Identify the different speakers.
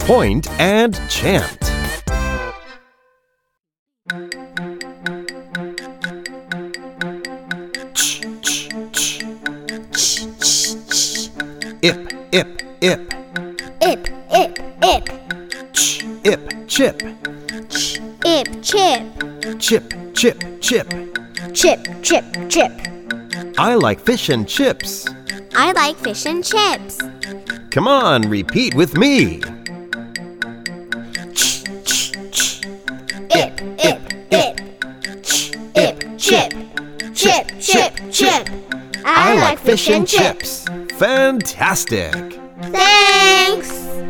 Speaker 1: Point and chant. Ch, ch, ch. Ch, ch, ch. Ip, ip, ip.
Speaker 2: Ip, ip, ip.
Speaker 1: Ch, ip, chip.
Speaker 2: Ch, ip, chip.
Speaker 1: Chip, chip, chip.
Speaker 2: Chip, chip, chip.
Speaker 1: I like fish and chips.
Speaker 2: I like fish and chips.
Speaker 1: Come on, repeat with me.
Speaker 2: Ip, ip, ip. Ch, ip, chip. Chip, chip, chip.
Speaker 1: I like fish and chips. Fantastic!
Speaker 2: Thanks.